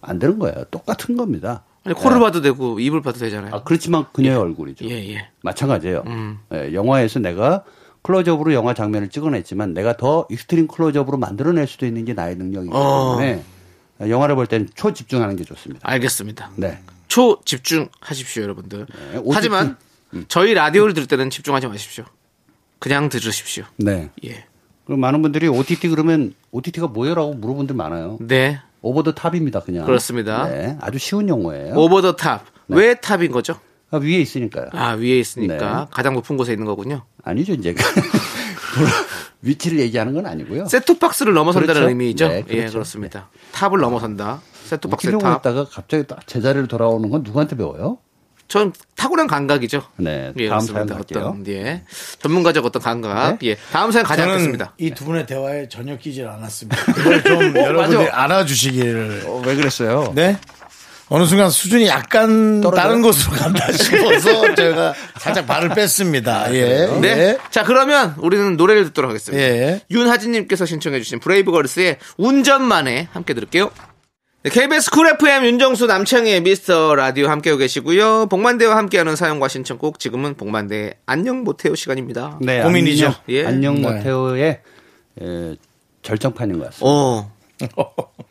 안 되는 거예요. 똑같은 겁니다.
아니, 코를
예.
봐도 되고, 입을 봐도 되잖아요.
아, 그렇지만 그녀의 얼굴이죠.
예, 예.
마찬가지예요.
음.
예, 영화에서 내가 클로즈업으로 영화 장면을 찍어냈지만 내가 더 익스트림 클로즈업으로 만들어낼 수도 있는 게 나의 능력이기
어.
때문에 영화를 볼 때는 초집중하는 게 좋습니다.
알겠습니다.
네.
초 집중하십시오, 여러분들.
오십시오.
하지만,
음.
저희 라디오를 들을 때는 집중하지 마십시오. 그냥 들으십시오.
네.
예.
그리고 많은 분들이 OTT 그러면 OTT가 뭐예요라고 물어본 분들 많아요.
네.
오버 더 탑입니다, 그냥.
그렇습니다.
네. 아주 쉬운 용어예요. 네.
오버 더 탑. 왜 탑인 거죠?
아, 위에 있으니까요.
아, 위에 있으니까
네.
가장 높은 곳에 있는 거군요.
아니죠, 이제. <laughs> 물론 위치를 얘기하는 건 아니고요.
셋톱박스를 넘어선다는
어. 그렇죠.
의미죠.
네,
예,
그렇죠. 뭐
그렇습니다. 탑을 넘어선다. 셋톱박스의
웃기려고
탑.
했다가 갑자기 딱 제자리로 돌아오는 건 누구한테 배워요?
전 탁월한 감각이죠.
네,
예,
다음
그렇습니다.
사연 갈게요. 네.
어떤 예, 전문가적 어떤 감각. 예, 다음 사연 가지 않겠습니다.
이 두 분의 대화에 전혀 끼질 않았습니다. 그걸 좀 여러분들이 알아주시기를.
왜 그랬어요?
네? 어느 순간 수준이 약간
떨어져요?
다른 곳으로 간다 싶어서 제가 살짝 발을 뺐습니다. 예.
네.
예.
자, 그러면 우리는 노래를 듣도록 하겠습니다.
예.
윤하진님께서 신청해주신 브레이브걸스의 운전만에 함께 들을게요. 네, KBS 쿨 FM 윤정수 남창희의 미스터 라디오 함께하고 계시고요. 복만대와 함께하는 사연과 신청곡 지금은 복만대의 안녕 못해요 시간입니다.
네,
고민이죠.
안녕,
예.
안녕
네.
모태오의 에, 절정판인 것 같습니다.
어,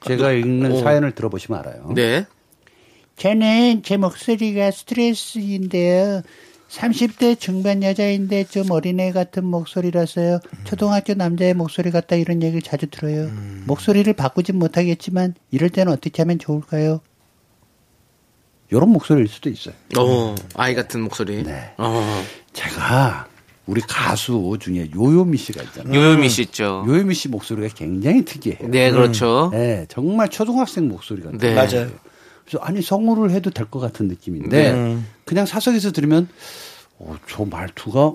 제가 읽는 사연을 들어보시면 알아요.
네.
저는 제 목소리가 스트레스인데요. 30대 중반 여자인데 좀 어린애 같은 목소리라서요. 초등학교 남자의 목소리 같다 이런 얘기를 자주 들어요. 목소리를 바꾸진 못하겠지만 이럴 때는 어떻게 하면 좋을까요? 이런 목소리일 수도 있어요.
어, 아이 같은 목소리.
네.
어,
제가 우리 가수 중에 요요미 씨가 있잖아요.
요요미 씨 있죠.
음. 요요미 씨 목소리가 굉장히 특이해요.
네, 그렇죠.
네, 정말 초등학생 목소리 같아요.
네.
맞아요.
그래서 아니 성우를 해도 될 것 같은 느낌인데 그냥 사석에서 들으면 어, 저 말투가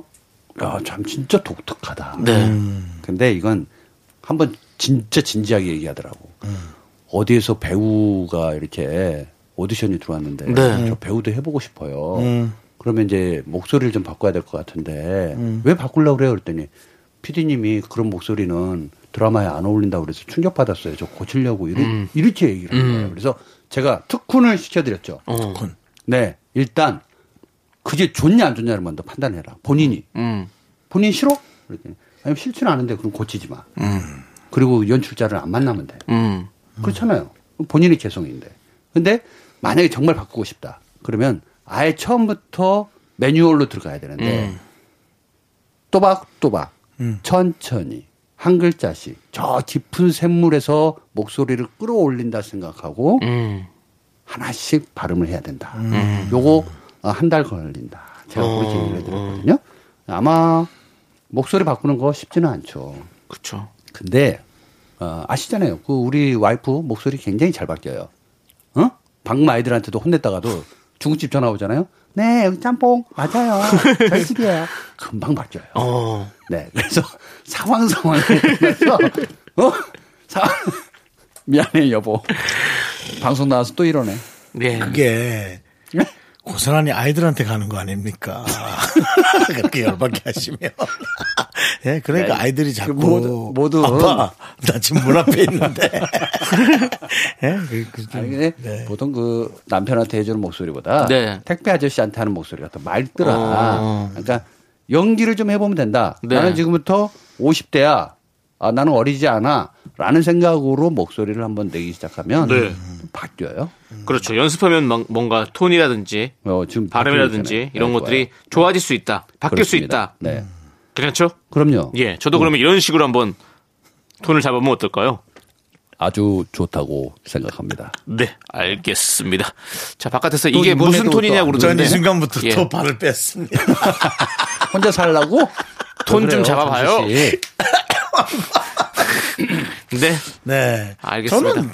야 참 진짜 독특하다.
네.
근데 이건 한번 진짜 진지하게 얘기하더라고. 어디에서 배우가 이렇게 오디션이 들어왔는데
네.
저 배우도 해보고 싶어요. 그러면 이제 목소리를 좀 바꿔야 될 것 같은데 왜 바꾸려고 그래요? 그랬더니 피디님이 그런 목소리는 드라마에 안 어울린다고 그래서 충격받았어요. 저 고치려고 이리, 이렇게 얘기를 한 거예요. 그래서 제가 특훈을 시켜드렸죠.
어.
네, 일단 그게 좋냐 안 좋냐를 먼저 판단해라. 본인이.
음.
본인 싫어? 그랬더니 아니 싫지는 않은데 그럼 고치지 마. 그리고 연출자를 안 만나면 돼.
음.
그렇잖아요. 본인의 개성인데. 근데 만약에 정말 바꾸고 싶다. 그러면 아예 처음부터 매뉴얼로 들어가야 되는데 또박또박 천천히 한 글자씩 저 깊은 샘물에서 목소리를 끌어올린다 생각하고
음.
하나씩 발음을 어. 해야 된다. 요거 어, 한 달 걸린다. 제가 그렇게 얘기를 해드렸거든요. 아마 목소리 바꾸는 거 쉽지는 않죠.
그쵸.
근데 어, 아시잖아요. 그 우리 와이프 목소리 굉장히 잘 바뀌어요. 어? 방금 아이들한테도 혼냈다가도 중국집 전화 오잖아요. 네 여기 짬뽕 <laughs> 맞아요. 저희 집이에요. 금방 바뀌어요.
어.
네 그래서 <laughs> 상황 상황에 따라서 어? 사... <laughs> 미안해 여보. 방송 나와서 또 이러네.
네.
그게 고스란히 아이들한테 가는 거 아닙니까? 그렇게 열받게 하시면. 예, 그러니까 아이들이 자꾸
모두- 모두-
아빠, 나 지금 문 앞에 있는데. 예, 그, 그, 좀-
아니, 근데
네.
보통 그 남편한테 해주는 목소리보다
네.
택배 아저씨한테 하는 목소리가 더 맑더라.
어.
그러니까 연기를 좀 해보면 된다.
네.
나는 지금부터 50대야. 아, 나는 어리지 않아. 라는 생각으로 목소리를 한번 내기 시작하면
네.
바뀌어요.
그렇죠. 연습하면 막- 뭔가 톤이라든지
어, 지금
발음이라든지
바뀌고 있잖아요.
이런
네,
것들이
좋아요.
좋아질 수 있다. 바뀔 수
그렇습니다.
있다.
네.
그렇죠?
괜찮죠?
그럼요.
예. 저도 그러면 이런 식으로 한번 톤을 잡아보면 어떨까요?
아주 좋다고 생각합니다.
네. 알겠습니다. 자, 바깥에서
또
이게 무슨
이번에도
톤이냐고
또
전
그러는데
이 순간부터
예.
또 발을 뺐습니다.
혼자 살라고?
<laughs> 톤
그래요,
좀 잡아봐요.
정수 씨.
네.
네.
알겠습니다.
저는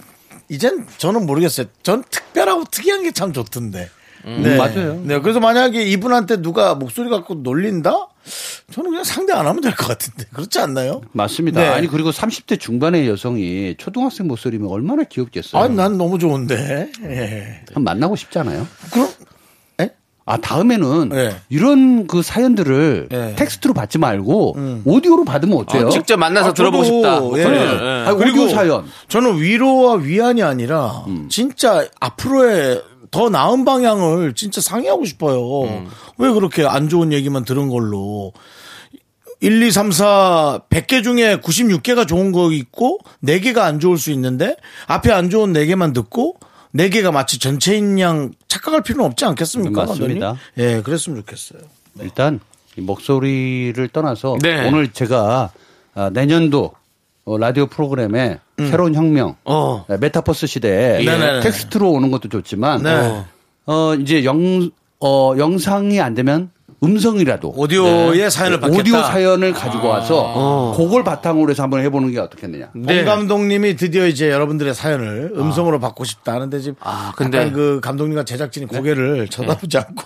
이젠 저는 모르겠어요. 전 특별하고 특이한 게 참 좋던데.
음,
네.
맞아요.
네, 그래서 만약에 이분한테 누가 목소리 갖고 놀린다? 저는 그냥 상대 안 하면 될 것 같은데. 그렇지 않나요?
맞습니다.
네.
아니 그리고 30대 중반의 여성이 초등학생 목소리면 얼마나 귀엽겠어요.
아니, 난 너무 좋은데. 예.
네. 한번 만나고 싶잖아요.
그럼, 예?
아 다음에는
네.
이런 그 사연들을
네. 음.
텍스트로 받지 말고 오디오로 받으면 어때요?
아, 직접 만나서
아,
들어보고
저도,
싶다.
예.
목소리를.
네.
예.
아니, 오디오 사연.
저는 위로와 위안이 아니라
음.
진짜 앞으로의 더 나은 방향을 진짜 상의하고 싶어요.
음.
왜 그렇게 안 좋은 얘기만 들은 걸로. 1, 2, 3, 4, 100개 중에 96개가 좋은 거 있고, 4개가 안 좋을 수 있는데, 앞에 안 좋은 4개만 듣고, 4개가 마치 전체인 양 착각할 필요는 없지 않겠습니까?
네, 맞습니다.
감독님? 예, 그랬으면 좋겠어요.
일단 이 목소리를 떠나서
네.
오늘 제가 아, 내년도 어, 라디오 프로그램에
음.
새로운 혁명
어.
네, 메타버스 시대에
예. 네네네.
텍스트로 오는 것도 좋지만
네.
어, 어, 이제 영 어, 영상이 안 되면 음성이라도 네,
오디오의 사연을 받겠다. 아.
오디오 사연을 가지고 와서 그걸 바탕으로 해서 한번 해보는 게 어떻겠느냐.
네.
홍 감독님이 드디어 이제 여러분들의 사연을 음성으로 받고 싶다 하는데 지금
아, 근데- 네.
약간 그 감독님과 제작진이 고개를 쳐다보지 않고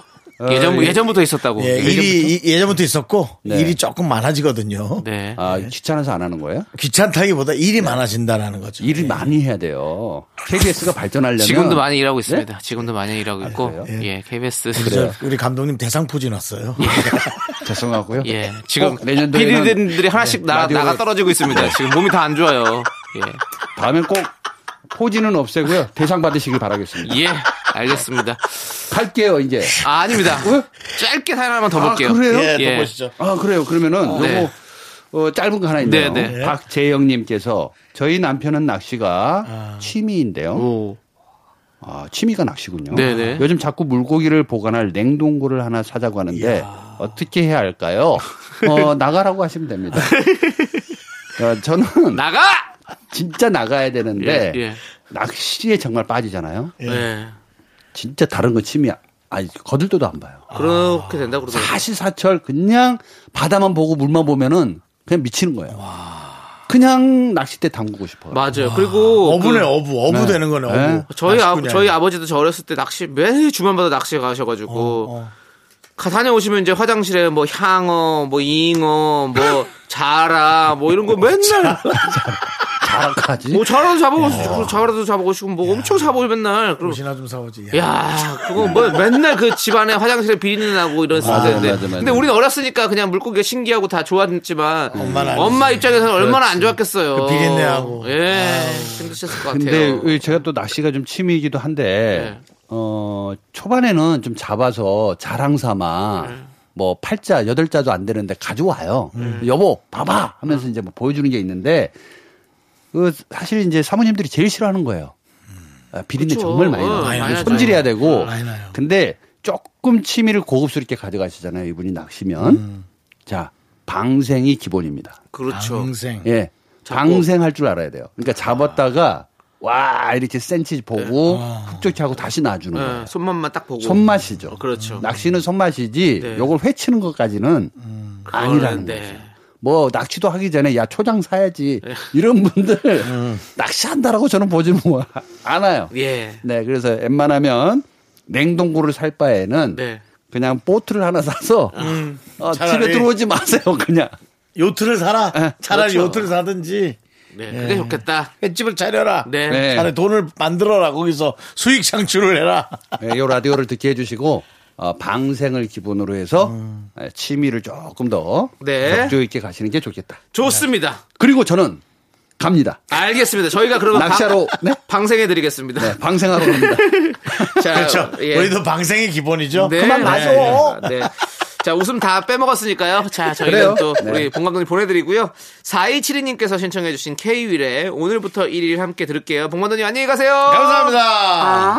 예전, 예전부터 있었다고.
예, 일이 이- 예전부터 있었고 일이 조금 많아지거든요.
네.
아, 귀찮아서 안 하는 거예요?
귀찮다기보다 일이 많아진다라는 거죠.
일을 많이 해야 돼요. KBS가 발전하려면
예. 지금도 많이 일하고 있습니다. 지금도 많이 일하고 있고.
그래요?
예, KBS.
우리 저- 우리 감독님 대상포진 왔어요.
죄송하고요.
<laughs> 예, 지금
꼭 내년도에는
PD들이 하나씩 나,
라디오에-
나가 떨어지고 있습니다. 지금 몸이 다 안 좋아요. 예.
다음엔 꼭 포진은 없애고요. 대상 받으시길 바라겠습니다.
예, 알겠습니다.
갈게요, 이제.
아, 아닙니다. 짧게 사연 하나만 더
아,
볼게요.
그래요?
<laughs> 예,
예.
또 보시죠.
아, 그래요. 그러면은 요거
네.
어, 짧은 거 하나 있네요.
네, 네.
박재영 님께서 저희 남편은 낚시가 취미인데요. 아, 취미가 낚시군요.
네네.
요즘 자꾸 물고기를 보관할 냉동고를 하나 사자고 하는데 어떻게 해야 할까요? 어, 나가라고 하시면 <laughs> 됩니다. 어, 저는
나가!
진짜 나가야 되는데
예, 예.
낚시에 정말 빠지잖아요.
예.
진짜 다른 거 취미 아니 거들떠도 안 봐요.
아. 그렇게 된다고 그러더라고요.
사시사철 그냥 바다만 보고 물만 보면은 그냥 미치는 거예요. 그냥 낚싯대 담그고 싶어요.
맞아요. 그리고
어부네
그
어부 어부 되는 거네
네.
어부.
저희 아,
낚시꾼이
저희
아니라.
아버지도 저 어렸을 때 낚시 매일 주말마다 낚시 가셔가지고 가 다녀오시면 이제 화장실에 뭐 향어, 뭐 잉어, <laughs> 뭐 자라, 뭐 이런 거 맨날
자락하지.
뭐 자라도 잡아오시고 자라도 잡아오시고 뭐 엄청 잡아오고 맨날 그리고
옷이나 좀 사오지.
예, 야, 그거 뭐 맨날 그 집안에 화장실에 비린내 나고 이런 상태인데.
맞아, 맞아.
근데 우리는 어렸으니까 그냥 물고기가 신기하고 다 좋았지만
엄마는 안
엄마 입장에서는 얼마나 안 좋았겠어요.
그 비린내하고.
예, 힘드셨을 것 같아요. 네.
근데 제가 또 낚시가 좀 취미이기도 한데 어 초반에는 좀 잡아서 자랑 삼아
네.
뭐 팔자 여덟 자도 안 되는데 가져와요.
네.
여보 봐봐 하면서 이제 뭐 보여주는 게 있는데 그 사실 이제 사모님들이 제일 싫어하는 거예요. 아, 비린내
그쵸.
정말 많이
어,
나요.
많이 나죠.
손질해야 되고.
어, 많이 나요.
근데 조금 취미를 고급스럽게 가져가시잖아요. 이분이 낚시면
음.
자 방생이 기본입니다.
그렇죠.
평생.
예. 방생할 줄 알아야 돼요. 그러니까 잡았다가 와 이렇게 센치 보고
네.
흡족해하고 다시 놔주는
예,
거예요.
손맛만 딱 보고.
손맛이죠.
아. 그렇죠.
낚시는 손맛이지
네. 음,
요걸 회치는 것까지는
그거는,
아니라는 거죠.
네.
뭐 낚시도 하기 전에 야 초장 사야지 이런 분들 낚시한다라고 저는 보지 뭐 <laughs> 않아요.
음. 예.
네, 그래서 웬만하면 냉동고를 살 바에는
네. 음.
그냥 보트를 하나 사서 어, 집에
차라리.
들어오지 마세요. 그냥
요트를 사라.
예.
차라리
그렇죠.
요트를 사든지
네, 그게 좋겠다.
횟집을 차려라.
네.
네.
안에 돈을 만들어라. 거기서 수익 창출을 해라.
예, 요 라디오를 듣게 해주시고 어, 방생을 기본으로 해서 예, 취미를 조금 더
네.
격조 있게 가시는 게 좋겠다.
좋습니다.
그리고 저는 갑니다.
알겠습니다. 저희가 그러면
낚시하러, 네?
방생해 드리겠습니다.
네, 방생하러 갑니다.
<laughs> 자,
그렇죠.
예.
우리도 방생이 기본이죠. 예,
네.
그만 마셔.
네. 자, 웃음 다 빼먹었으니까요. 자, 저희는
그래요.
또
네.
우리 봉 감독님 보내드리고요. 4272님께서 신청해주신 K-윌의 오늘부터 1일 함께 들을게요. 봉 감독님 안녕히 가세요.
감사합니다.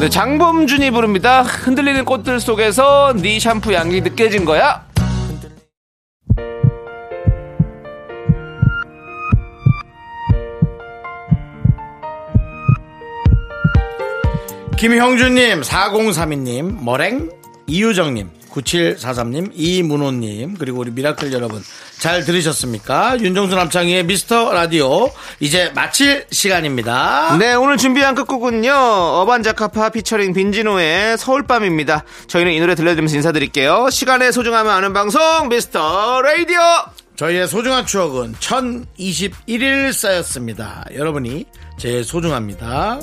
네, 장범준이 부릅니다. 흔들리는 꽃들 속에서 네 샴푸 향이 느껴진 거야.
김형준님, 4032님, 머랭, 이유정님, 9743님, 이문호님, 그리고 우리 미라클 여러분, 잘 들으셨습니까? 윤정수 남창희의 미스터 라디오, 이제 마칠 시간입니다.
네, 오늘 준비한 끝곡은요. 어반자카파 피처링 빈지노의 서울밤입니다. 저희는 이 노래 들려드리면서 인사드릴게요. 시간의 소중함을 아는 방송 미스터 라디오.
저희의 소중한 추억은 1021일 쌓였습니다. 여러분이 제일 소중합니다.